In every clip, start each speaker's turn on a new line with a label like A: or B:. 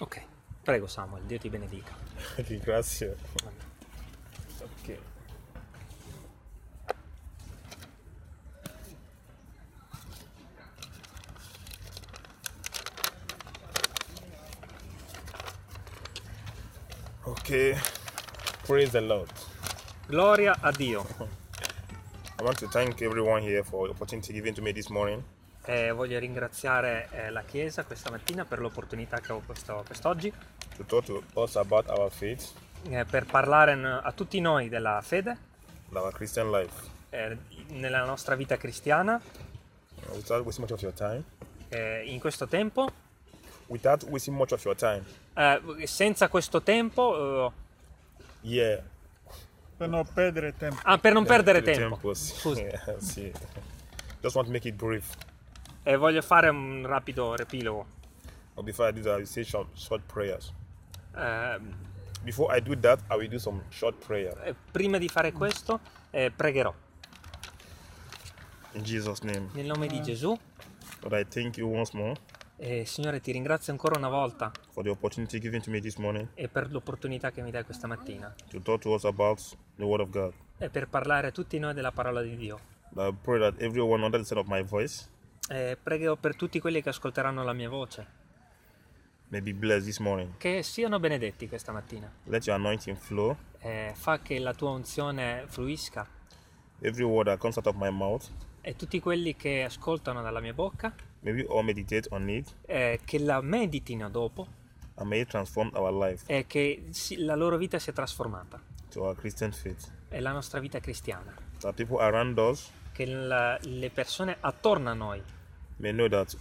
A: Ok, prego Samuel, Dio ti benedica.
B: Ringrazio.
A: Amen.
B: Ok. Okay. Praise the Lord.
A: Gloria a Dio.
B: I want to thank everyone here for the opportunity given to me this morning.
A: Eh, voglio ringraziare eh, la Chiesa questa mattina per l'opportunità che ho questo- quest'oggi
B: to talk to us about our faith
A: eh, per parlare n- a tutti noi della fede
B: and our Christian life.
A: eh, nella nostra vita cristiana
B: Uh, Without wasting much of your time,
A: eh, in questo tempo.
B: without wasting much of your time,
A: Eh, senza questo tempo, eh,
B: yeah.
C: Per non perdere tempo.
A: ah, per non perdere
B: The
A: tempo,
B: tempos. Yeah, see. Just want to make it brief.
A: eh, voglio fare un rapido repilogo.
B: But before I do that, I will say some short prayers.
A: Eh,
B: Before I do that, I will do some short prayer.
A: eh, prima di fare questo, eh, pregherò
B: In Jesus' name.
A: nel nome di Gesù.
B: But I thank you once more
A: Eh, signore, ti ringrazio ancora una volta
B: for the opportunity given to me this morning
A: e per l'opportunità che mi dai questa mattina
B: to talk to us about the Word of God.
A: e per parlare a tutti noi della parola di Dio.
B: I pray that everyone under the sound of my voice
A: Eh, prego per tutti quelli che ascolteranno la mia voce,
B: may be blessed this morning.
A: che siano benedetti questa mattina.
B: Let your anointing flow.
A: Eh, fa che la tua unzione fluisca
B: Every word that comes out of my mouth
A: e tutti quelli che ascoltano dalla mia bocca,
B: May we all meditate on it
A: eh, che la meditino dopo
B: and may it transform our life
A: e che si- la loro vita sia trasformata.
B: to our Christian faith.
A: È la nostra vita cristiana.
B: That people around us
A: Che la- le persone attorno a noi
B: may know that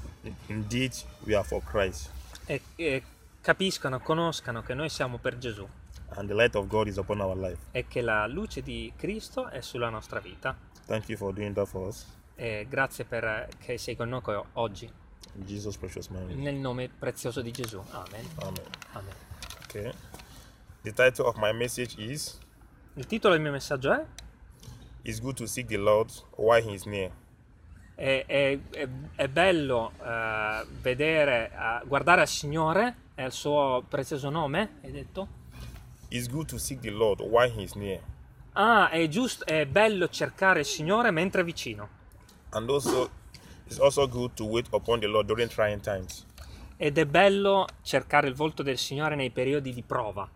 B: indeed we are for Christ
A: eh, eh, capiscano, conoscano che noi siamo per Gesù.
B: and the light of God is upon our life.
A: è che la luce di Cristo è sulla nostra vita.
B: Thank you for doing that for us.
A: E grazie per eh, che sei con noi co- oggi.
B: In Jesus' precious name.
A: Nel nome prezioso di Gesù. Amen.
B: Amen.
A: Amen.
B: Okay. The title of my message is
A: Il titolo del mio messaggio è
B: It's Good to Seek the Lord While He is Near.
A: È, è- è- è bello eh, vedere, eh, guardare al Signore e al suo prezioso nome, hai detto?
B: It's good to seek the Lord while He is near.
A: Ah, è giusto, è bello cercare il Signore mentre è vicino.
B: And also, it's also good to wait upon the Lord during trying times.
A: Ed è bello cercare il volto del Signore nei periodi di prova.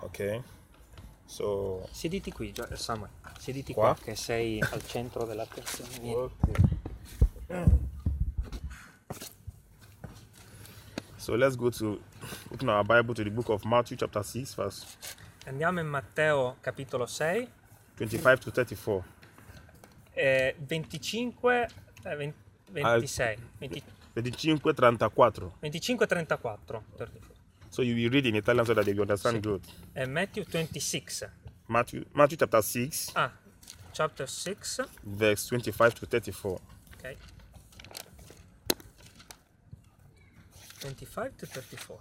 B: Okay. So,
A: Siediti qui, Gio- Samuel. Siediti qua,
B: Qua?
A: che sei al centro dell'attenzione. Vieni.
B: So let's go to open our Bible to the book of Matthew chapter 6 verse
A: Andiamo in Matteo capitolo 6,
B: 25 to 34.
A: eh, 25, eh, ven- 26, 20
B: 25 34.
A: 25 34.
B: So you will read in Italian so that they will understand good.
A: Eh, Matthew 26.
B: Matthew Matthew chapter 6
A: Ah, chapter 6.
B: verse 25 to 34.
A: Ok. 25 to 34.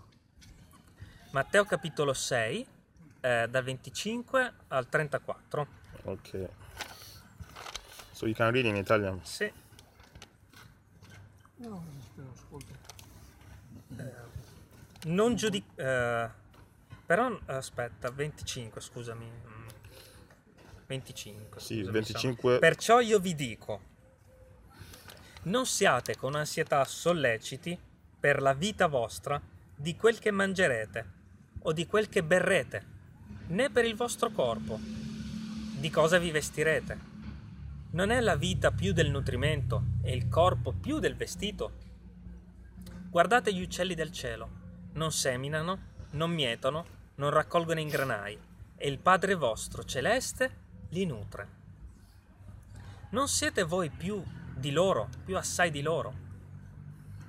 A: Matteo capitolo 6, eh, dal 25 al 34.
B: Okay. So you can read in Italian.
A: Sì. Eh, non giudicare. però aspetta, 25, scusami. mm, 25.
B: Sì,
A: scusami,
B: 25.
A: Sam. Perciò io vi dico: non siate con ansietà solleciti per la vita vostra di quel che mangerete o di quel che berrete, né per il vostro corpo, di cosa vi vestirete. Non è la vita più del nutrimento e il corpo più del vestito? Guardate gli uccelli del cielo, non seminano, non mietono, non raccolgono in granai, e il Padre vostro celeste li nutre. Non siete voi più di loro, più assai di loro?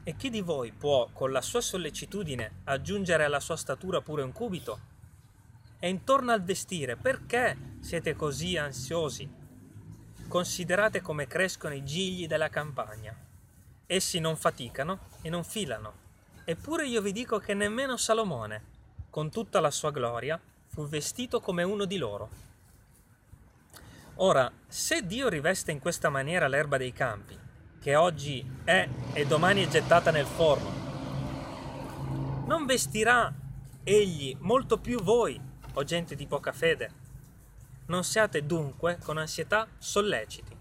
A: E chi di voi può, con la sua sollecitudine, aggiungere alla sua statura pure un cubito? E intorno al vestire, perché siete così ansiosi? Considerate come crescono i gigli della campagna. Essi non faticano e non filano. Eppure io vi dico che nemmeno Salomone, con tutta la sua gloria, fu vestito come uno di loro. Ora, se Dio riveste in questa maniera l'erba dei campi, che oggi è e domani è gettata nel forno, Non vestirà egli molto più voi, o gente di poca fede? Non siate dunque con ansietà solleciti,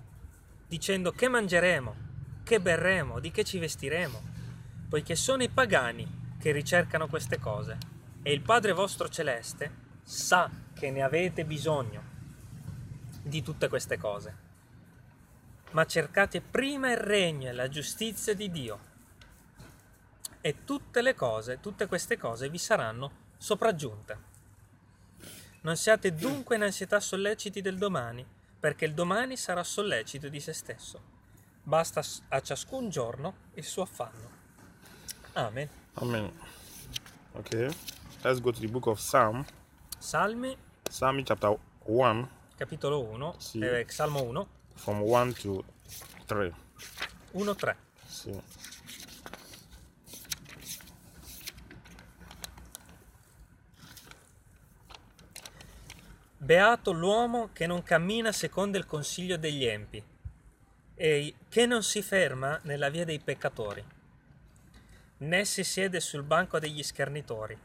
A: dicendo che mangeremo, che berremo, di che ci vestiremo, poiché sono i pagani che ricercano queste cose, e il Padre vostro celeste sa che ne avete bisogno di tutte queste cose. Ma cercate prima il regno e la giustizia di Dio, e tutte le cose, tutte queste cose vi saranno sopraggiunte. Non siate dunque in ansietà solleciti del domani, perché il domani sarà sollecito di se stesso. Basta s- a ciascun giorno il suo affanno. Amen.
B: Amen. Okay. Let's go to the book of Psalm.
A: Salmi,
B: Psalm chapter 1
A: capitolo 1,
B: Sì.
A: eh, Salmo 1,
B: from 1 to 3.
A: 1, 3.
B: Sì.
A: Beato l'uomo che non cammina secondo il consiglio degli empi e che non si ferma nella via dei peccatori, né si siede sul banco degli schernitori,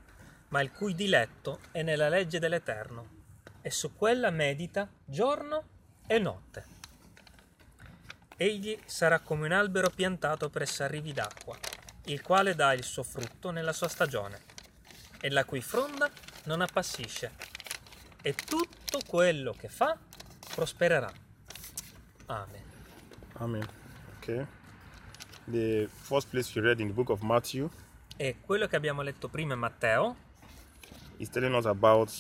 A: ma il cui diletto è nella legge dell'Eterno e su quella medita giorno e notte. Egli sarà come un albero piantato presso arrivi d'acqua, il quale dà il suo frutto nella sua stagione, e la cui fronda non appassisce, e tutto quello che fa prospererà. Amen.
B: Amen. Okay. The first place we read in the book of Matthew
A: E quello che abbiamo letto prima è Matteo,
B: is telling us about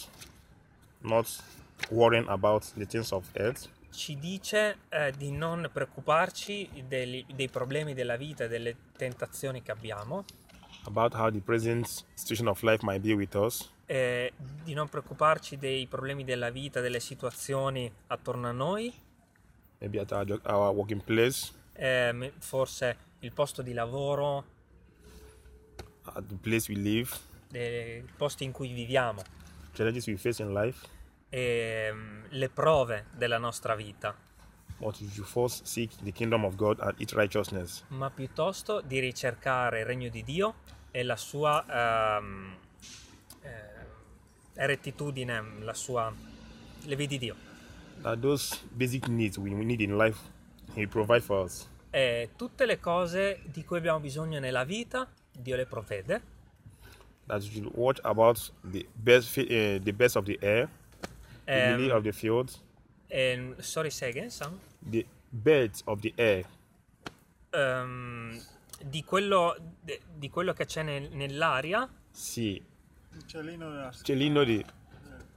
B: not worrying about the things of earth,
A: ci dice eh, di non preoccuparci dei, dei problemi della vita e delle tentazioni che abbiamo,
B: about how the present situation of life might be with us,
A: eh, di non preoccuparci dei problemi della vita, delle situazioni attorno a noi,
B: maybe at our, jo- our working place,
A: ehm, forse il posto di lavoro,
B: at the place we live,
A: eh, i posti in cui viviamo,
B: challenges we face in life.
A: ehm, le prove della nostra vita.
B: But if you first seek the kingdom of God and its righteousness,
A: ma piuttosto di ricercare il regno di Dio e la sua ehm, eh, rettitudine, la sua le vie di Dio.
B: that those basic needs we we need in life, He provide for us.
A: E tutte le cose di cui abbiamo bisogno nella vita, Dio le provvede.
B: That you should watch about the best, fi- eh, the best of the air, the
A: Ehm,
B: lily of the field,
A: ehm, sorry, say again, Sam.
B: the birds of the air,
A: Ehm, di, quello, de- di quello che c'è nel- nell'aria.
B: see,
C: Uccellino da
B: actually know the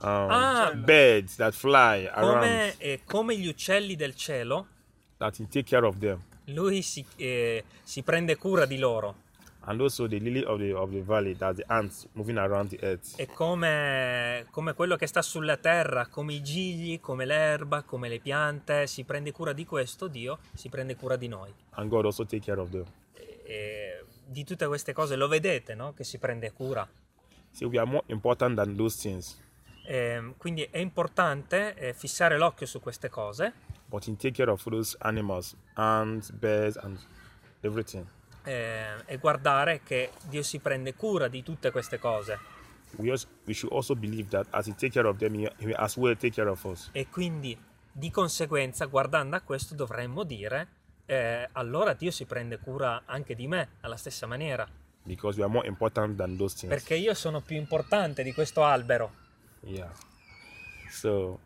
B: um,
A: Ah.
B: birds that fly around,
A: Come, eh, come gli uccelli del cielo,
B: that He take care of them,
A: lui si, eh, si prende cura di loro.
B: and also the lily of the of the valley, that the ants moving around the earth.
A: È come, come quello che sta sulla terra, come i gigli, come l'erba, come le piante, si prende cura di questo, Dio si prende cura di noi.
B: and God also take care of them.
A: E- e di tutte queste cose lo vedete, no? Che si prende cura.
B: So we are more important than those things,
A: Ehm, quindi è importante eh, fissare l'occhio su queste cose,
B: but He take care of those animals, ants, birds, and everything.
A: eh, e guardare che Dio si prende cura di tutte queste cose.
B: We also, we should also believe that as He take care of them, He, he will as well take care of us.
A: E quindi di conseguenza, guardando a questo, dovremmo dire: eh, allora Dio si prende cura anche di me alla stessa maniera.
B: because we are more important than those things.
A: perché io sono più importante di questo albero.
B: Yeah. So,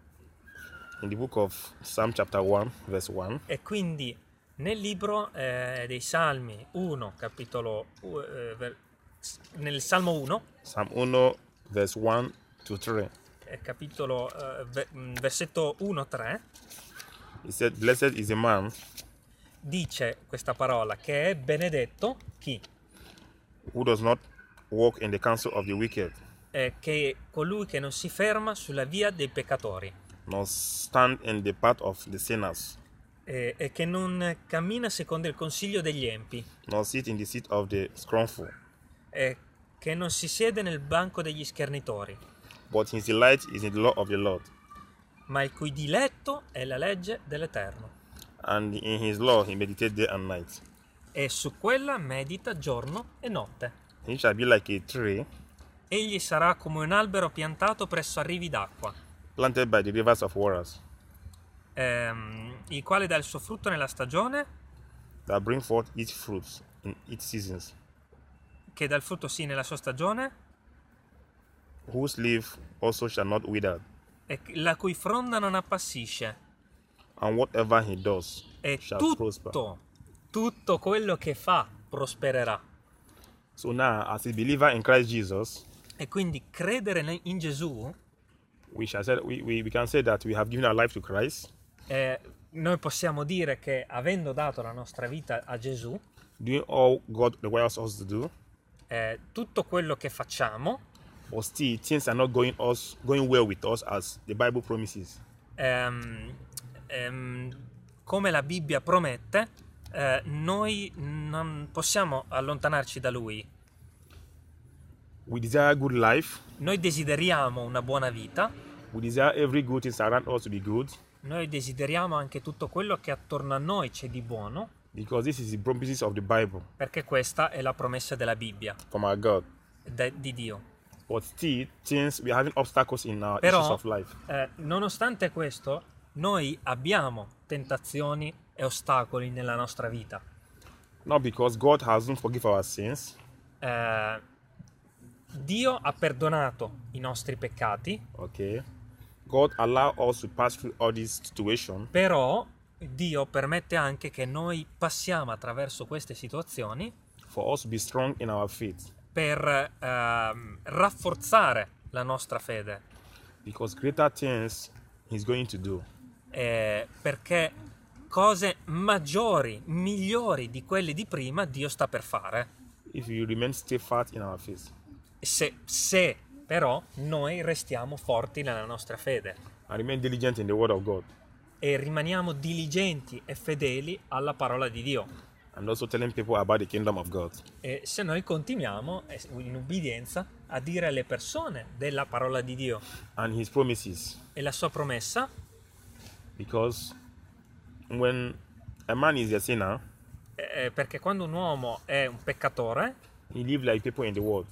B: in the book of Psalm chapter 1, verse 1,
A: E quindi nel libro eh, dei Salmi 1, capitolo u- eh, ver- s- nel Salmo 1,
B: Psalm 1, verse 1 to 3,
A: eh, capitolo eh, ve- mm, versetto 1-3,
B: it said, Blessed is a man
A: dice questa parola che è benedetto chi?
B: who does not walk in the counsel of the wicked,
A: Eh, che è colui che non si ferma sulla via dei peccatori
B: nor stand in the path of the sinners,
A: eh, e che non cammina secondo il consiglio degli empi,
B: nor sit in the seat of the scornful.
A: eh, che non si siede nel banco degli schernitori,
B: But his delight is in the law of the Lord,
A: ma il cui diletto è la legge dell'Eterno.
B: and in his law he meditates day and night.
A: e su quella medita giorno e notte.
B: He He shall be like a tree
A: Egli sarà come un albero piantato presso arrivi d'acqua,
B: planted by the rivers of waters
A: ehm, il quale dà il suo frutto nella stagione,
B: that bring forth its fruits in its seasons,
A: che dà il frutto sì nella sua stagione,
B: whose leaf also shall not wither,
A: e la cui fronda non appassisce.
B: and whatever he does
A: E
B: shall prosper.
A: tutto, tutto quello che fa prospererà.
B: So now, as a believer in Christ Jesus,
A: E quindi credere ne- in Gesù,
B: we shall say we, we, we can say that we have given our life to Christ,
A: eh, noi possiamo dire che avendo dato la nostra vita a Gesù,
B: doing all God requires us to do,
A: eh, tutto quello che facciamo
B: but still things are not going us going well with us as the Bible promises.
A: ehm, ehm, come la Bibbia promette, eh, noi non possiamo allontanarci da Lui.
B: We desire good life,
A: Noi desideriamo una buona vita,
B: we desire every good thing around us to be good,
A: noi desideriamo anche tutto quello che attorno a noi c'è di buono,
B: because this is the promises of the Bible
A: perché questa è la promessa della Bibbia,
B: from our God.
A: de- di Dio.
B: But still, things we are having obstacles in our
A: Però-
B: issues of life.
A: Eh, nonostante questo, noi abbiamo tentazioni e ostacoli nella nostra vita.
B: Not because God hasn't forgiven our sins,
A: Eh, Dio ha perdonato i nostri peccati,
B: okay. God allow us to pass through all this situation
A: però Dio permette anche che noi passiamo attraverso queste situazioni
B: for us to be strong in our faith.
A: per ehm, rafforzare la nostra fede,
B: Because greater things He's going to do.
A: eh, perché cose maggiori, migliori di quelle di prima Dio sta per fare.
B: if you remain steadfast in our faith.
A: se, se però noi restiamo forti nella nostra fede
B: And remain diligent in the word of God.
A: e rimaniamo diligenti e fedeli alla parola di Dio.
B: And also telling people about the kingdom of God.
A: E se noi continuiamo eh, in ubbidienza a dire alle persone della parola di Dio
B: And his promises.
A: e la sua promessa,
B: Because when a man is a sinner,
A: eh, perché quando un uomo è un peccatore,
B: he lives like people in the world.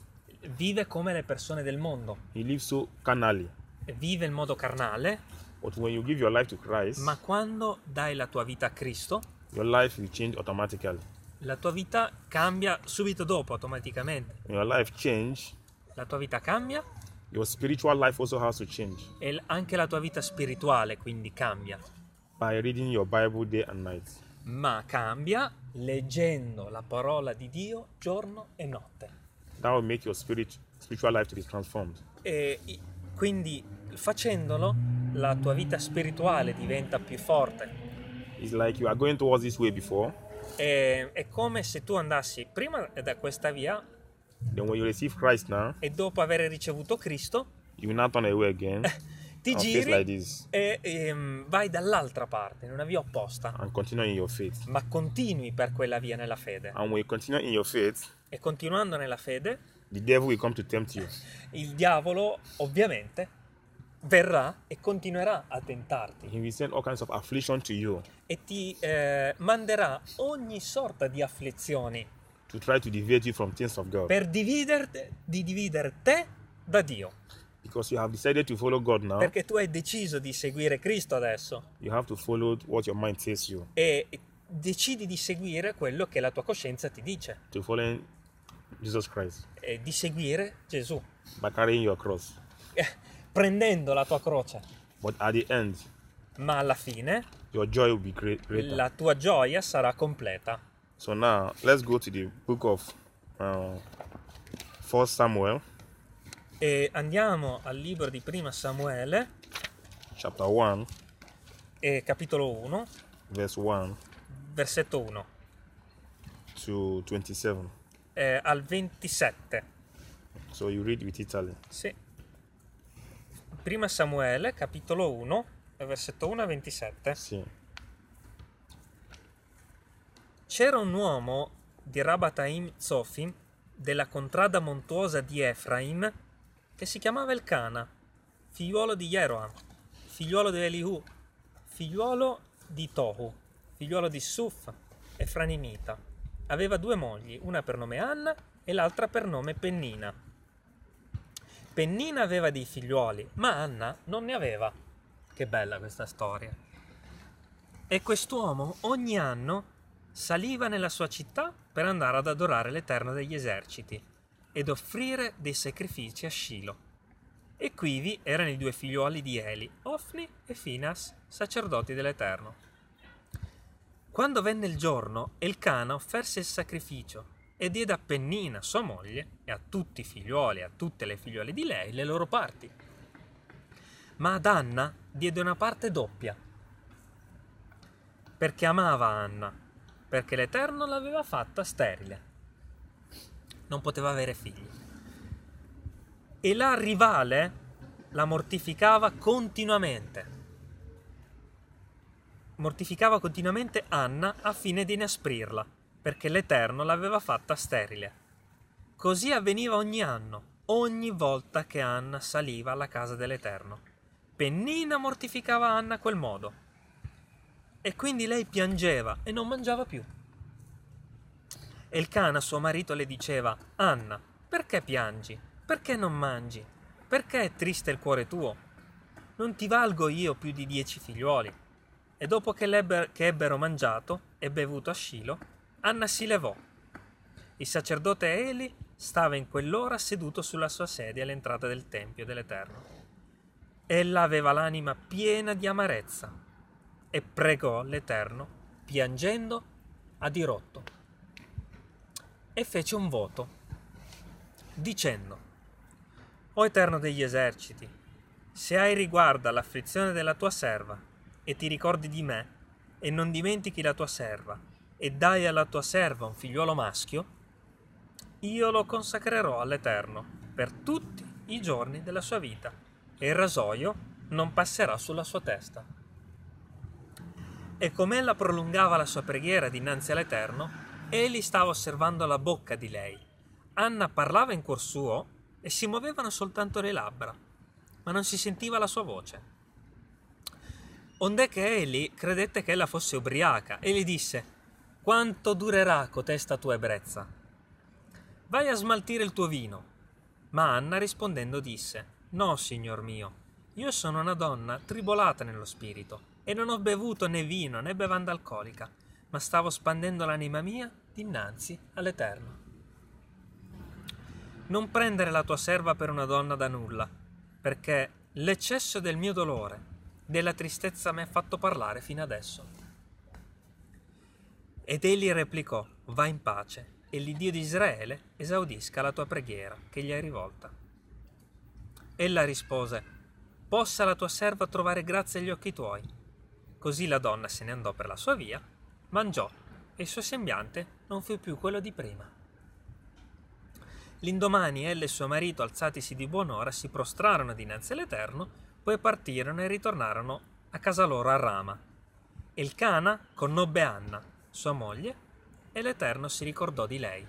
A: vive come le persone del mondo,
B: He lives so carnally.
A: vive in modo carnale,
B: But when you give your life to Christ,
A: ma quando dai la tua vita a Cristo,
B: your life will change automatically.
A: la tua vita cambia subito dopo automaticamente.
B: When your life change,
A: La tua vita cambia
B: your spiritual life also has to change
A: e l- anche la tua vita spirituale quindi cambia,
B: by reading your Bible day and night.
A: ma cambia leggendo la parola di Dio giorno e notte.
B: That will make your spirit spiritual life to be transformed.
A: E i- quindi facendolo la tua vita spirituale diventa più forte.
B: It's like you are going towards this way before,
A: E- è come se tu andassi prima da questa via
B: then when you receive Christ now,
A: e dopo aver ricevuto Cristo
B: you will not turn away again
A: ti
B: and face
A: giri
B: like this
A: e ehm, vai dall'altra parte, in una via opposta,
B: and continue in your faith.
A: ma continui per quella via nella fede.
B: And when you continue in your faith,
A: E continuando nella fede,
B: the devil will come to tempt you.
A: il diavolo ovviamente verrà e continuerà a tentarti
B: He will send all kinds of affliction to you
A: e ti eh, manderà ogni sorta di afflizioni
B: to try to deviate you from things of God.
A: per dividerti, di dividere te da Dio
B: Because you have decided to follow God now,
A: perché tu hai deciso di seguire Cristo adesso
B: you have to follow what your mind tells you,
A: e decidi di seguire quello che la tua coscienza ti dice
B: to follow Jesus Christ
A: e di seguire Gesù
B: by carrying your cross.
A: eh, prendendo la tua croce
B: But at the end,
A: ma alla fine
B: your joy will be great, greater.
A: la tua gioia sarà completa
B: So now let's go to the book of uh, 1 Samuel,
A: e andiamo al libro di prima Samuele
B: chapter 1,
A: e capitolo 1,
B: verse 1
A: versetto 1
B: to 27.
A: eh, al 27.
B: So you read with Italy.
A: Sì. Prima Samuele, capitolo 1, eh, versetto 1 a 27.
B: Sì.
A: C'era un uomo di Rabataim Zofim, della contrada montuosa di Efraim, che si chiamava Elcana, figliuolo di Jeroam, figliuolo di Elihu, figliuolo di Tohu, figliuolo di Suf, Efranimita. Aveva due mogli, una per nome Anna e l'altra per nome Pennina. Pennina aveva dei figliuoli, ma Anna non ne aveva. Che bella questa storia. E quest'uomo ogni anno saliva nella sua città per andare ad adorare l'Eterno degli eserciti ed offrire dei sacrifici a Scilo. E quivi erano i due figliuoli di Eli, Ofni e Finas, sacerdoti dell'Eterno. Quando venne il giorno, Elcana offerse il sacrificio e diede a Pennina, sua moglie, e a tutti i figliuoli e a tutte le figliuole di lei le loro parti. Ma ad Anna diede una parte doppia, perché amava Anna, perché l'Eterno l'aveva fatta sterile. Non poteva avere figli. E la rivale la mortificava continuamente. Mortificava continuamente Anna a fine di inasprirla, perché l'Eterno l'aveva fatta sterile. Così avveniva ogni anno, ogni volta che Anna saliva alla casa dell'Eterno. Pennina mortificava Anna a quel modo. E quindi lei piangeva e non mangiava più. Elcana, suo marito, le diceva: Anna, perché piangi? Perché non mangi? Perché è triste il cuore tuo? Non ti valgo io più di dieci figliuoli. E dopo che, l'ebber- che ebbero mangiato e bevuto a Scilo, Anna si levò. Il sacerdote Eli stava in quell'ora seduto sulla sua sedia all'entrata del Tempio dell'Eterno. Ella aveva l'anima piena di amarezza e pregò l'Eterno, piangendo a dirotto, e fece un voto, dicendo, O Eterno degli eserciti, se hai riguardo all'afflizione della tua serva, e ti ricordi di me, e non dimentichi la tua serva, e dai alla tua serva un figliuolo maschio, io lo consacrerò all'Eterno per tutti i giorni della sua vita, e il rasoio non passerà sulla sua testa. E come ella prolungava la sua preghiera dinanzi all'Eterno, Eli stava osservando la bocca di lei. Anna parlava in cuor suo e si muovevano soltanto le labbra, ma non si sentiva la sua voce. Ond'è che Eli credette che ella fosse ubriaca e le disse: Quanto durerà cotesta tua ebbrezza? Vai a smaltire il tuo vino. Ma Anna rispondendo disse: No, signor mio, io sono una donna tribolata nello spirito, e non ho bevuto né vino né bevanda alcolica, ma stavo spandendo l'anima mia dinanzi all'Eterno. Non prendere la tua serva per una donna da nulla, perché l'eccesso del mio dolore, della tristezza mi ha fatto parlare fino adesso. Ed egli replicò, va in pace, e l'Iddio di Israele esaudisca la tua preghiera che gli hai rivolta. Ella rispose, possa la tua serva trovare grazia agli occhi tuoi. Così la donna se ne andò per la sua via, mangiò, e il suo sembiante non fu più quello di prima. L'indomani ella e suo marito, alzatisi di buon'ora, si prostrarono dinanzi all'Eterno, poi partirono e ritornarono a casa loro a Rama. Elcana conobbe Anna, sua moglie, e l'Eterno si ricordò di lei.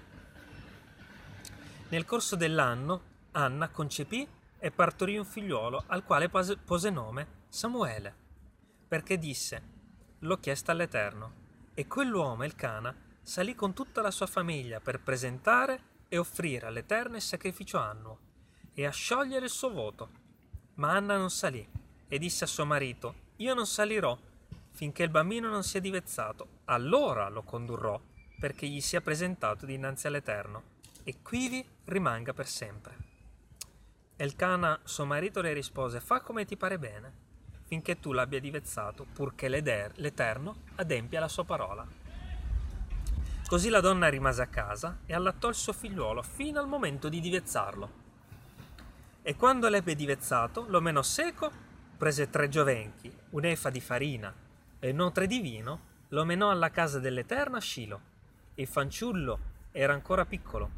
A: Nel corso dell'anno Anna concepì e partorì un figliuolo al quale pose- pose nome Samuele, perché disse, l'ho chiesta all'Eterno, e quell'uomo, Elcana, salì con tutta la sua famiglia per presentare e offrire all'Eterno il sacrificio annuo e a sciogliere il suo voto. Ma Anna non salì e disse a suo marito, io non salirò finché il bambino non sia divezzato, allora lo condurrò perché gli sia presentato dinanzi all'Eterno e quivi rimanga per sempre. Elcana, suo marito, le rispose: Fa come ti pare bene, finché tu l'abbia divezzato, purché l'Eder- l'Eterno adempia la sua parola. Così la donna rimase a casa e allattò il suo figliuolo fino al momento di divezzarlo. E quando l'ebbe divezzato, lo menò seco, prese tre giovenchi, un'efa di farina e notre di vino, lo menò alla casa dell'Eterno a Scilo. Il fanciullo era ancora piccolo,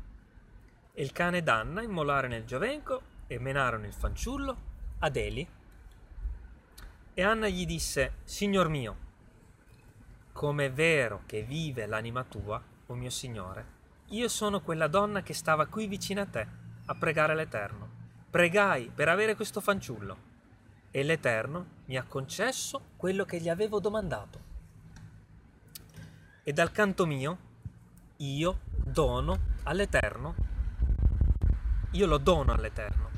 A: e il cane d'Anna immolarono il giovenco e menarono il fanciullo ad Eli. E Anna gli disse, Signor mio, com'è vero che vive l'anima tua, o mio Signore, io sono quella donna che stava qui vicino a te a pregare l'Eterno. Pregai per avere questo fanciullo e l'Eterno mi ha concesso quello che gli avevo domandato. E dal canto mio io dono all'Eterno io lo dono all'Eterno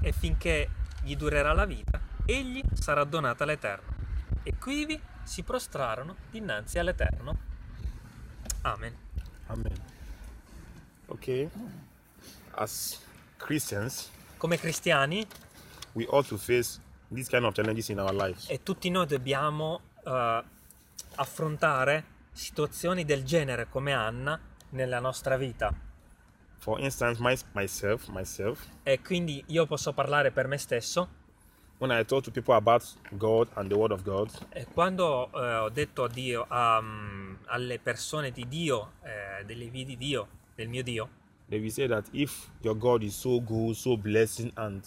A: e finché gli durerà la vita, egli sarà donata all'Eterno. E quivi si prostrarono dinanzi all'Eterno. Amen.
B: Amen. Okay. As Christians,
A: Come cristiani
B: we ought to face these kind of challenges in our lives.
A: e tutti noi dobbiamo eh, affrontare situazioni del genere come Anna nella nostra vita.
B: For instance, my, myself, myself,
A: E quindi io posso parlare per me stesso
B: when I talk to people about God and the Word of God,
A: e quando eh, ho detto a Dio, a, mm, alle persone di Dio, eh, delle vie di Dio, del mio Dio,
B: they will say that if your God is so good, so blessing, and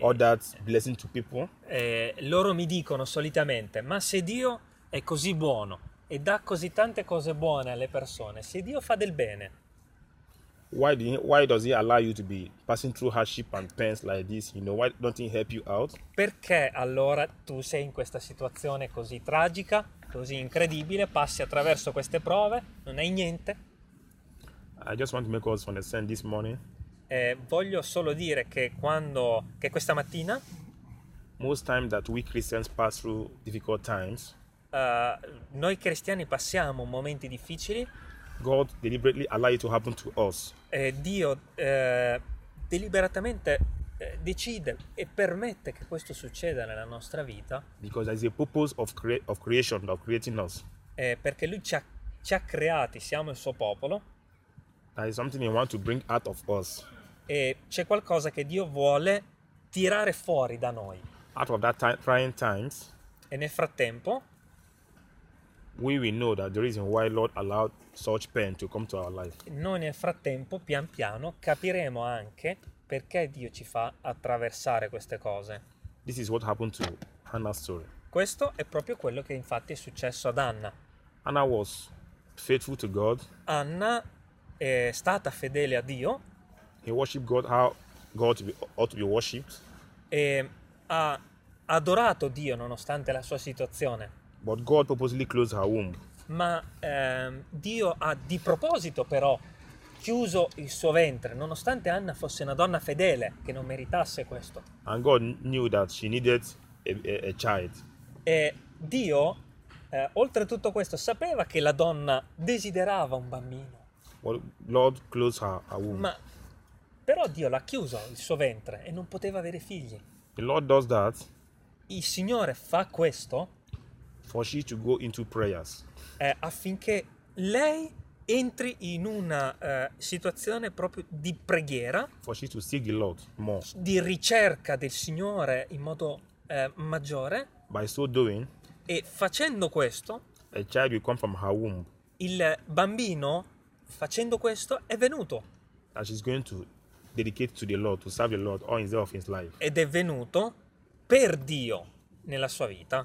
B: all that blessing to people,
A: eh, loro mi dicono solitamente, ma se Dio è così buono e dà così tante cose buone alle persone, se Dio fa del bene,
B: why do you, why does He allow you to be passing through hardship and pains like this? You know, why don't He help you out?
A: perché allora tu sei in questa situazione così tragica, così incredibile, passi attraverso queste prove, non hai niente?
B: I just want to make us understand this morning.
A: Eh, voglio solo dire che, quando, che questa mattina
B: Most time that we Christians pass through difficult times,
A: eh, noi cristiani passiamo momenti difficili
B: God deliberately allow it to happen to us
A: e Dio eh, deliberatamente eh, decide e permette che questo succeda nella nostra vita
B: because there is a purpose of crea- of creation of creating us.
A: eh, perché Lui ci ha, ci ha creati, siamo il suo popolo
B: There is something He wants to bring out of us,
A: e c'è qualcosa che Dio vuole tirare fuori da noi.
B: out of that ti- trying times.
A: E nel frattempo
B: We will know that the reason why Lord allowed such pain to come to our life.
A: noi nel frattempo pian piano capiremo anche perché Dio ci fa attraversare queste cose.
B: This is what happened to Hannah's story.
A: Questo è proprio quello che infatti è successo ad Anna.
B: Hannah was faithful to God.
A: Anna è stata fedele a Dio
B: He worshiped God how God to be, ought to be worshipped.
A: e ha adorato Dio nonostante la sua situazione,
B: But God purposely closed her womb.
A: ma ehm, Dio ha di proposito però chiuso il suo ventre, nonostante Anna fosse una donna fedele che non meritasse questo.
B: And God knew that she needed a, a, a child.
A: E Dio, eh, oltre a tutto questo, sapeva che la donna desiderava un bambino,
B: But Lord closed her, her womb.
A: ma però Dio l'ha chiuso il suo ventre e non poteva avere figli.
B: The Lord does that
A: Il Signore fa questo
B: for she to go into prayers.
A: eh, affinché lei entri in una eh, situazione proprio di preghiera,
B: for she to seek the Lord more.
A: di ricerca del Signore in modo eh, maggiore
B: By so doing,
A: e facendo questo,
B: a child will come from her womb
A: il bambino, facendo questo, è venuto
B: that she's going to dedicate to the Lord, to serve the Lord all his day of his life.
A: ed è venuto per Dio nella sua vita.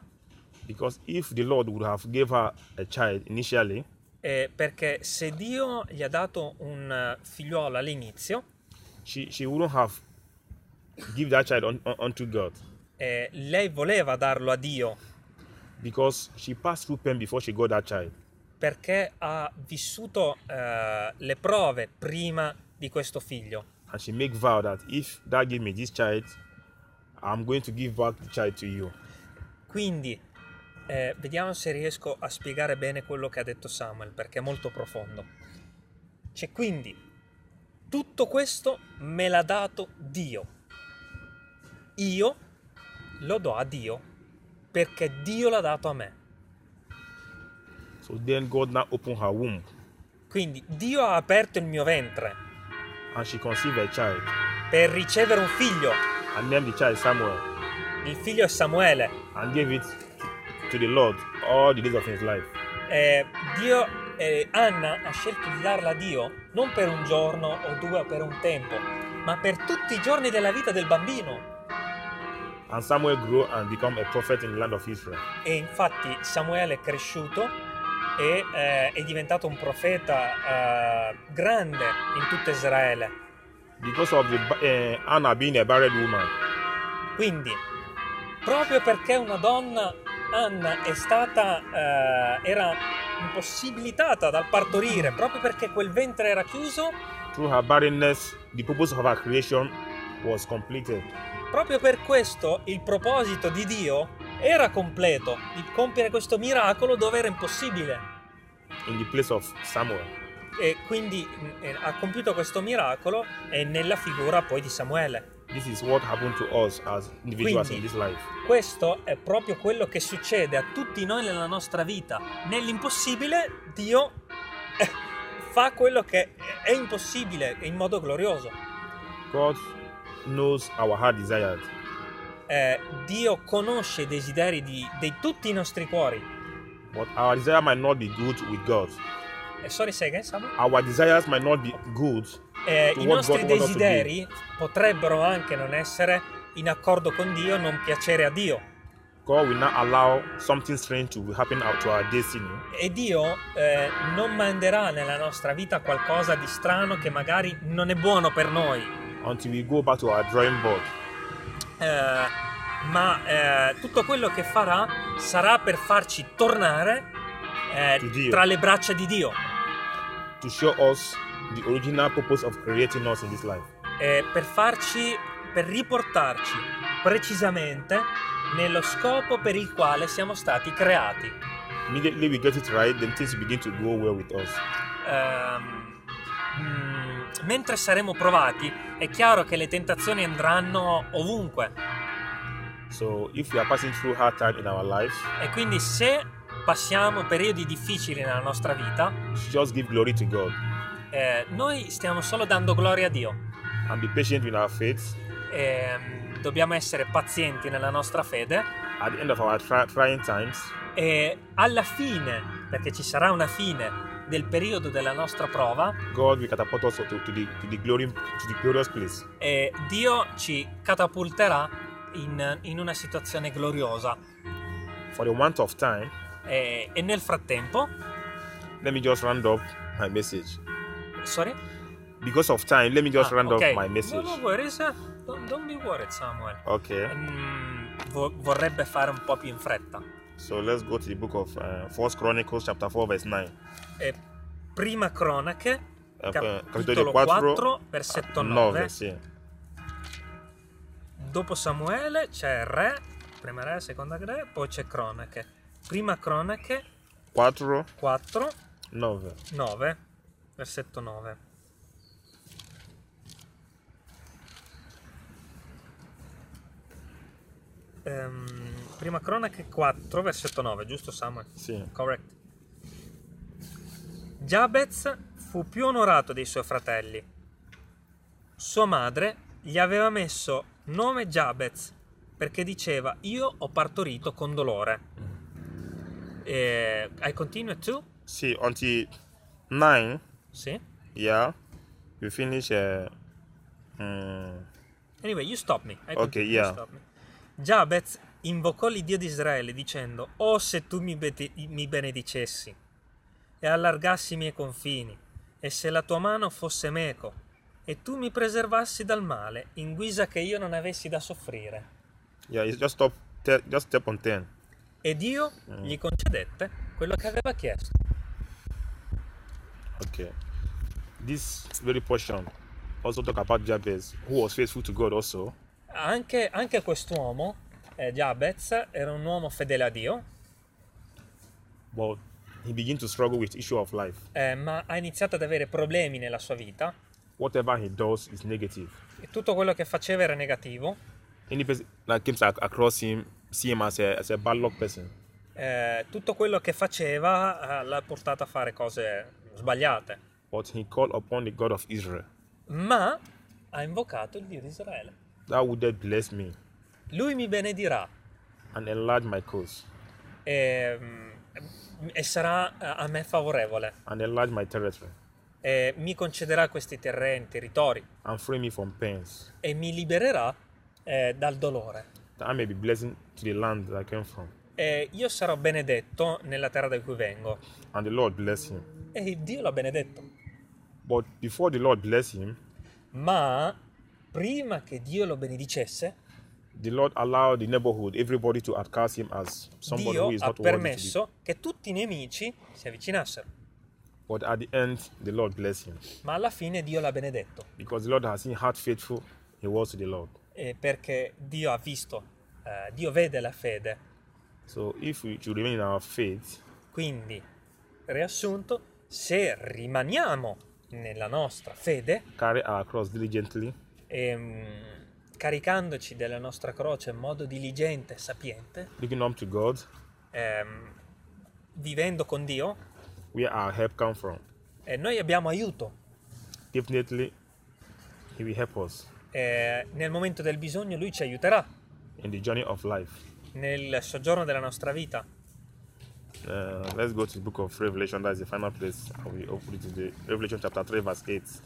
B: Because if the Lord would have gave her a child initially,
A: Eh, perché se Dio gli ha dato un eh, figliuolo all'inizio,
B: she, she wouldn't have give that child un, un- unto God.
A: eh, lei voleva darlo a Dio
B: Because she passed through pain before she got that child.
A: perché ha vissuto eh, le prove prima di questo figlio
B: And she make vow that if that give me this child, I'm going to give back the child to you.
A: Quindi, eh, vediamo se riesco a spiegare bene quello che ha detto Samuel, perché è molto profondo. Cioè, quindi, tutto questo me l'ha dato Dio. Io lo do a Dio perché Dio l'ha dato a me.
B: So then God now opened her womb
A: Quindi Dio ha aperto il mio ventre
B: and she conceived a child
A: per ricevere un figlio.
B: and named the child Samuel.
A: Il figlio è Samuele.
B: and gave it to the Lord all the days of his life.
A: Eh, Dio, eh, Anna ha scelto di darla a Dio non per un giorno o due o per un tempo, ma per tutti i giorni della vita del bambino.
B: And Samuel grew and became a prophet in the land of Israel.
A: E infatti Samuele è cresciuto e eh, è diventato un profeta eh, grande in tutto Israele.
B: Because of the, uh, Anna being a barren woman,
A: Quindi, proprio perché una donna, Anna, è stata, eh, era impossibilitata dal partorire, proprio perché quel ventre era chiuso,
B: Through her barrenness, the purpose of her creation was completed.
A: Proprio per questo il proposito di Dio era completo di compiere questo miracolo dove era impossibile.
B: in the place of Samuel.
A: E quindi mh, eh, ha compiuto questo miracolo e nella figura poi di Samuele.
B: This is what happened to us as individuals in
A: Quindi.
B: this life.
A: Questo è proprio quello che succede a tutti noi nella nostra vita. Nell'impossibile Dio eh, fa quello che è impossibile in modo glorioso.
B: God knows our heart desires.
A: Eh, Dio conosce i desideri di, di tutti i nostri cuori.
B: But our desire might not be good with God.
A: E Eh, sorry, say again, Samuel?
B: Our desires might not be good.
A: Eh,
B: To
A: I
B: what
A: nostri
B: God want us to
A: desideri potrebbero anche non essere in accordo con Dio, non piacere a Dio.
B: God will not allow something strange to happen out to our destiny.
A: E Dio eh, non manderà nella nostra vita qualcosa di strano che magari non è buono per noi,
B: until we go back to our drawing board.
A: Eh, ma eh, tutto quello che farà sarà per farci tornare eh,
B: Di Dio.
A: tra le braccia di Dio,
B: to show us the original purpose of creating us in this life.
A: eh, per farci, per riportarci precisamente nello scopo per il quale siamo stati creati.
B: Immediately we get it right, then things begin to go well with us.
A: Ehm, mm, mentre saremo provati, è chiaro che le tentazioni andranno ovunque.
B: So if we are passing through hard time in our lives,
A: E quindi se passiamo periodi difficili nella nostra vita,
B: we should just give glory to God
A: eh, noi stiamo solo dando gloria a Dio.
B: and be patient in our faith.
A: Ehm, dobbiamo essere pazienti nella nostra fede
B: At the end of our tri- trying times,
A: e alla fine, perché ci sarà una fine del periodo della nostra prova,
B: God will catapult us to, to the to the glory to the glorious place.
A: eh, Dio ci catapulterà in, in una situazione gloriosa. Eh,
B: For the want of time,
A: E, e nel frattempo,
B: let me just round up my message.
A: sorry?
B: Because of time, let me just
A: Ah,
B: round
A: ok.
B: up my message.
A: No, no worries, eh. don't, don't be worried Samuel.
B: Okay.
A: Mm, vo- vorrebbe fare un po' più in fretta.
B: So let's go to the book of uh, First Chronicles chapter 4 verse 9.
A: E prima cronache,
B: Eh, ah, eh,
A: capitolo 4,
B: 4,
A: versetto 9.
B: 9, sì.
A: Dopo Samuele c'è re, prima re, seconda re, poi c'è cronache. Prima cronache
B: 4,
A: 4,
B: 9.
A: 9, versetto 9. Ehm, prima cronache 4, versetto 9, giusto Samuel?
B: Sì.
A: Correct. Jabez fu più onorato dei suoi fratelli. Sua madre gli aveva messo nome Jabez perché diceva io ho partorito con dolore. E I continue to?
B: Sì, until 9,
A: Sì.
B: yeah. You finish uh, mm,
A: Anyway, you stop me. I
B: Ok,
A: continue, you
B: yeah.
A: stop me. Jabez invocò l'Iddio di Israele dicendo: Oh, se tu mi, beti- mi benedicessi e allargassi i miei confini, e se la tua mano fosse meco, e tu mi preservassi dal male, in guisa che io non avessi da soffrire.
B: yeah, it's just stop te- just step on 10.
A: E Dio
B: Mm.
A: gli concedette quello che aveva chiesto.
B: Okay. This very portion also talk about Jabez, who was faithful to God also,
A: Anche, anche quest'uomo, eh, Jabez, era un uomo fedele a Dio,
B: but he began to struggle with issue of life.
A: eh, ma ha iniziato ad avere problemi nella sua vita.
B: Whatever he does is negative.
A: e tutto quello che faceva era negativo.
B: Any person that comes ac- across him, see him as a, as a bad luck person.
A: eh, tutto quello che faceva eh, l'ha portata a fare cose sbagliate.
B: But he called upon the God of Israel.
A: Ma ha invocato il Dio di Israele.
B: Thou wouldest bless me
A: Lui mi benedirà
B: and enlarge my cause
A: e, mm, e sarà eh, a me favorevole.
B: and enlarge my territory
A: E mi concederà questi terreni, territori
B: and free me from pains
A: e mi libererà eh, dal dolore.
B: that I may be blessing to the land that I came from.
A: E io sarò benedetto nella terra da cui vengo.
B: And the Lord blessed him.
A: E Dio l'ha benedetto.
B: But before the Lord blessed him,
A: Ma prima che Dio lo benedicesse,
B: the Lord allowed the neighborhood, everybody to outcast him as somebody
A: Dio
B: who is
A: ha
B: not worthy to be.
A: permesso che tutti i nemici si avvicinassero
B: But at the end, the Lord blessed him
A: ma alla fine Dio l'ha benedetto,
B: because the Lord has seen how faithful he was to the Lord.
A: eh, perché Dio ha visto, eh, Dio vede la fede.
B: So if we should remain in our faith,
A: Quindi, riassunto, se rimaniamo nella nostra fede,
B: carry our cross diligently,
A: ehm, caricandoci della nostra croce in modo diligente e sapiente,
B: looking up to God,
A: ehm, vivendo con Dio,
B: where our help come from.
A: eh, noi abbiamo aiuto.
B: Definitely, he will help us
A: Eh, nel momento del bisogno Lui ci aiuterà,
B: in the journey of life.
A: nel soggiorno della nostra vita.
B: Uh, let's go to the book of Revelation. That is the final place we open today. Revelation chapter 3, verse 8.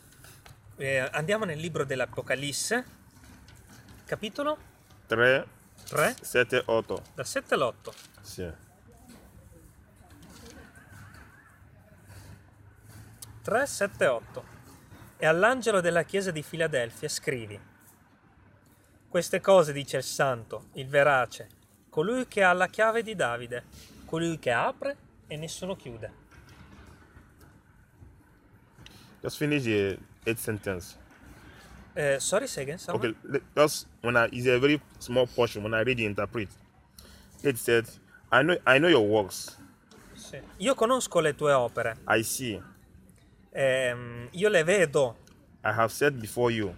A: Eh, andiamo nel libro dell'Apocalisse, capitolo
B: 3,
A: 3,
B: 7, 8.
A: dal 7 all'8.
B: Sì.
A: 378 e all'angelo della chiesa di Filadelfia scrivi Queste cose dice il santo, il verace, colui che ha la chiave di Davide, colui che apre e nessuno chiude.
B: Just finish the eighth sentence.
A: Eh, sorry, say again, Samuel.
B: Okay, let- just when I it's a very small portion when I read the interpret. It said, I know I know your works.
A: Sì. Io conosco le tue opere,
B: I see.
A: ehm, io le vedo,
B: I have set before you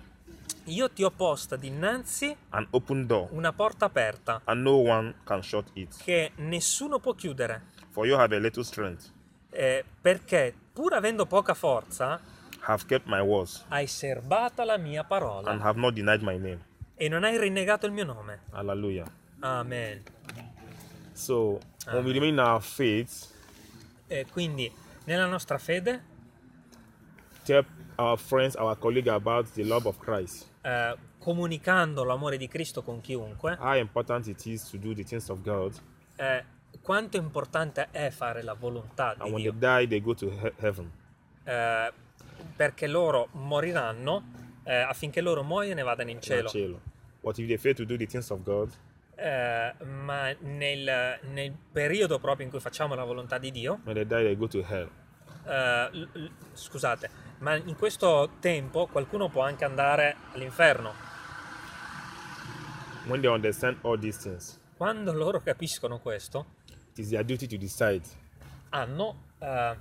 A: io ti ho posta dinanzi
B: an open door,
A: una porta aperta
B: and no one can shut it.
A: che nessuno può chiudere,
B: For you have a little strength,
A: eh, perché pur avendo poca forza,
B: have kept my words,
A: hai serbata la mia parola.
B: and have not denied my name.
A: e non hai rinnegato il mio nome.
B: Hallelujah.
A: Amen.
B: So when we remain in our faith,
A: E quindi nella nosttra fede
B: tell our friends, our colleague about the love of Christ.
A: eh, comunicando l'amore di Cristo con chiunque,
B: How important it is to do the things of God,
A: eh, quanto importante è fare la volontà di
B: and when
A: Dio,
B: they die, they go to he- heaven.
A: eh, perché loro moriranno eh, affinché loro muoiano e vadano
B: Eh,
A: in cielo.
B: Cielo. But if they fail to do the things of God,
A: Eh, ma nel, nel periodo proprio in cui facciamo la volontà di Dio,
B: when they die, they go to hell.
A: eh, l- l- scusate, ma in questo tempo qualcuno può anche andare all'inferno.
B: When they understand all these things,
A: Quando loro capiscono questo,
B: it is their duty to decide.
A: hanno, eh,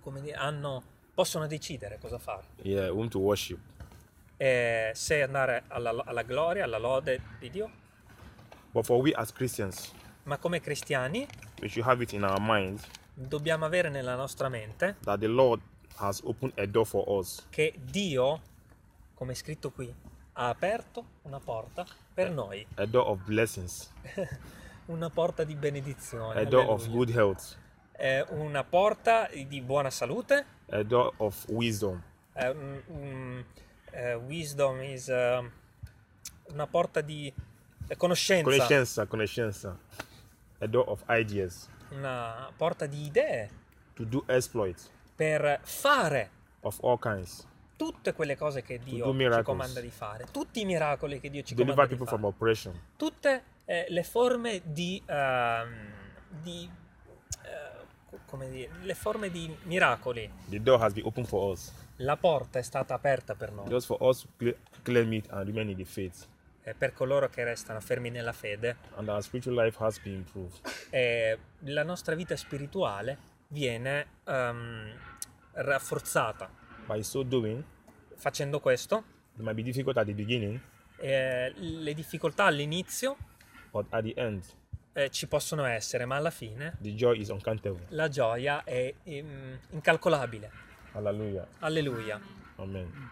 A: come dire, hanno, possono decidere cosa fare.
B: Yeah, whom to worship.
A: Eh, se andare alla, alla gloria, alla lode di Dio,
B: But for we as Christians,
A: ma come cristiani
B: we should have it in our mind
A: dobbiamo avere nella nostra mente
B: that the Lord has opened a door for us.
A: che Dio, come è scritto qui, ha aperto una porta per noi,
B: a door of blessings,
A: una porta di benedizione,
B: a door of
A: alleluia.
B: good health,
A: Eh, una porta di buona salute.
B: a door of wisdom,
A: Eh, mm, mm, eh, wisdom is eh, una porta di eh, conoscenza.
B: conoscenza, conoscenza, a door of ideas
A: una porta di idee
B: to do exploits
A: per fare
B: of all kinds,
A: tutte quelle cose che
B: do
A: Dio ci
B: miracles.
A: comanda di fare, tutti i miracoli che Dio ci
B: to deliver
A: comanda di
B: people
A: fare,
B: from oppression,
A: tutte eh, le forme di, ehm, di, eh, co- come dire, le forme di miracoli.
B: the door has been opened for us,
A: La porta è stata aperta per noi,
B: just for us to cl- claim it and remain in the faith,
A: eh, per coloro che restano fermi nella fede.
B: and our spiritual life has been improved.
A: Eh, la nostra vita spirituale viene ehm, rafforzata.
B: By so doing,
A: Facendo questo,
B: it might be difficult at the beginning,
A: eh, le difficoltà all'inizio
B: but at the end,
A: eh, ci possono essere, ma alla fine
B: the joy is uncountable.
A: la gioia è ehm, incalcolabile.
B: Hallelujah,
A: Alleluia.
B: Amen.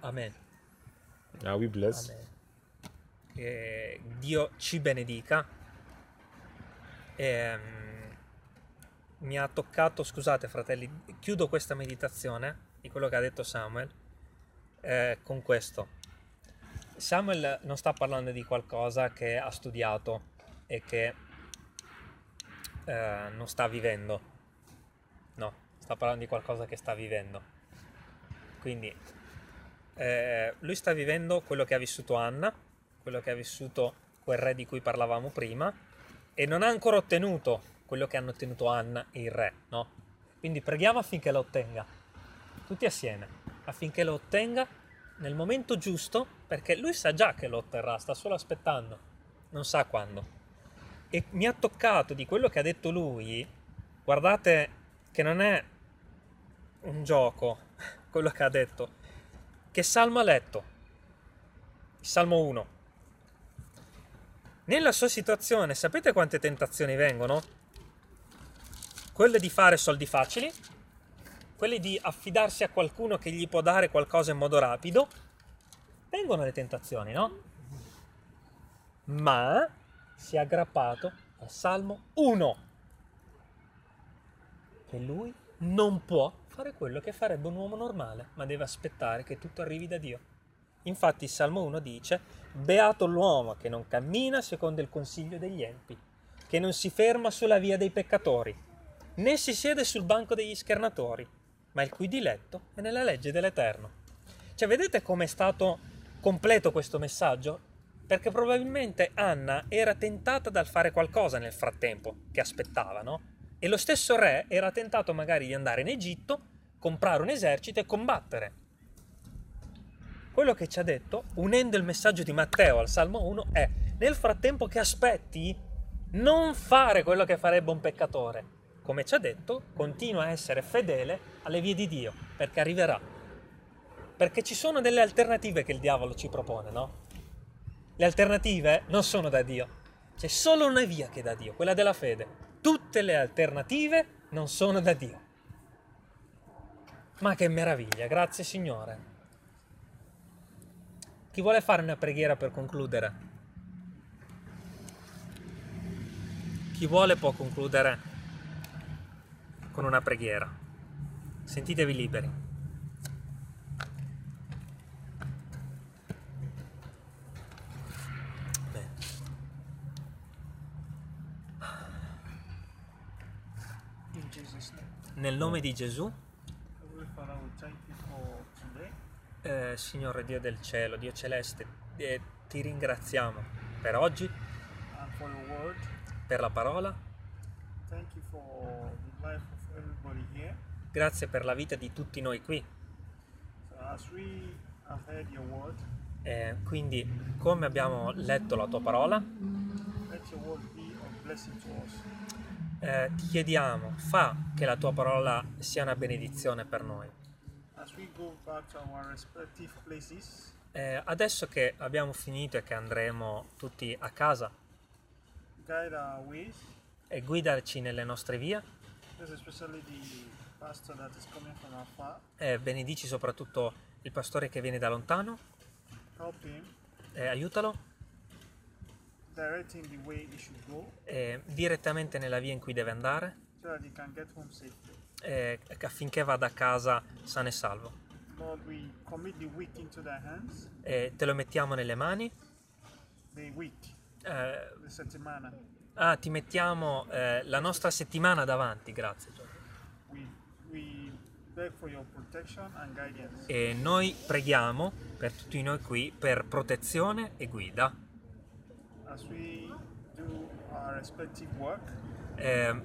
A: Amen.
B: Are we blessed?
A: Amen. Eh, Dio ci benedica. Ehm, mi ha toccato, scusate fratelli, chiudo questa meditazione di quello che ha detto Samuel eh, con questo. Samuel non sta parlando di qualcosa che ha studiato e che eh, non sta vivendo. No, sta parlando di qualcosa che sta vivendo. Quindi eh, lui sta vivendo quello che ha vissuto Anna, quello che ha vissuto quel re di cui parlavamo prima, e non ha ancora ottenuto quello che hanno ottenuto Anna e il re, no? Quindi preghiamo affinché la ottenga, tutti assieme, affinché la ottenga nel momento giusto, perché lui sa già che lo otterrà, sta solo aspettando, non sa quando. E mi ha toccato di quello che ha detto lui, guardate che non è un gioco quello che ha detto, che salmo ha letto, il salmo 1. Nella sua situazione, sapete quante tentazioni vengono? Quelle di fare soldi facili, quelle di affidarsi a qualcuno che gli può dare qualcosa in modo rapido, vengono le tentazioni, no? Ma si è aggrappato al Salmo 1, che lui non può fare quello che farebbe un uomo normale, ma deve aspettare che tutto arrivi da Dio. Infatti il Salmo 1 dice, Beato l'uomo che non cammina secondo il consiglio degli empi, che non si ferma sulla via dei peccatori, né si siede sul banco degli schernatori, ma il cui diletto è nella legge dell'Eterno. Cioè, vedete com'è stato completo questo messaggio? Perché probabilmente Anna era tentata dal fare qualcosa nel frattempo che aspettava, no? E lo stesso re era tentato magari di andare in Egitto, comprare un esercito e combattere. Quello che ci ha detto, unendo il messaggio di Matteo al Salmo 1, è nel frattempo che aspetti, non fare quello che farebbe un peccatore. Come ci ha detto, continua a essere fedele alle vie di Dio, perché arriverà. Perché ci sono delle alternative che il diavolo ci propone, no? Le alternative non sono da Dio. C'è solo una via che è da Dio, quella della fede. Tutte le alternative non sono da Dio. Ma che meraviglia, grazie Signore. Chi vuole fare una preghiera per concludere? Chi vuole può concludere con una preghiera. Sentitevi liberi. Bene.
C: In Jesus' name.
A: Nel nome di Gesù,
C: Heavenly Father, we thank you for today.
A: eh, Signore Dio del cielo, Dio celeste, eh, ti ringraziamo per oggi,
C: and for your word.
A: per la parola,
C: Thank you for the life of everybody here.
A: grazie per la vita di tutti noi qui.
C: So as we have heard your word,
A: Eh, quindi, come abbiamo letto la tua parola,
C: let your word be of blessing to us.
A: eh, ti chiediamo, fa che la tua parola sia una benedizione per noi.
C: As we go back to our respective places,
A: Eh, adesso che abbiamo finito e che andremo tutti a casa
C: guide our ways.
A: e guidarci nelle nostre vie,
C: This is especially the pastor that is coming from afar.
A: eh, benedici soprattutto il pastore che viene da lontano,
C: Help him,
A: eh, aiutalo
C: direct him the way he should go,
A: eh, direttamente nella via in cui deve andare
C: so that he can get home safely.
A: eh, affinché vada a casa sano e salvo.
C: Lord, we commit the weak into thy hands.
A: Eh, te lo mettiamo nelle mani,
C: The weak,
A: eh,
C: the settimana.
A: Ah, ti mettiamo eh, la nostra settimana davanti, grazie.
C: We, we beg for your protection and guidance.
A: E noi preghiamo per tutti noi qui per protezione e guida.
C: As we do our respective work,
A: Eh,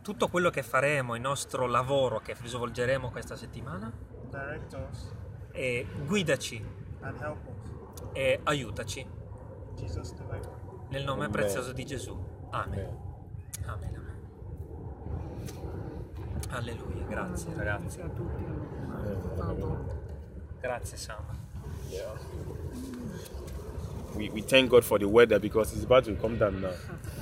A: tutto quello che faremo, il nostro lavoro che svolgeremo questa settimana,
C: direct us
A: eh, guidaci
C: and help us.
A: e aiutaci
C: In Jesus' name. I pray.
A: nel nome
B: Amen.
A: prezioso di Gesù. Amen. Amen. amen. Alleluia, grazie ragazzi. Grazie Sam.
B: Yeah. We, we thank God for the weather because it's about to come down now.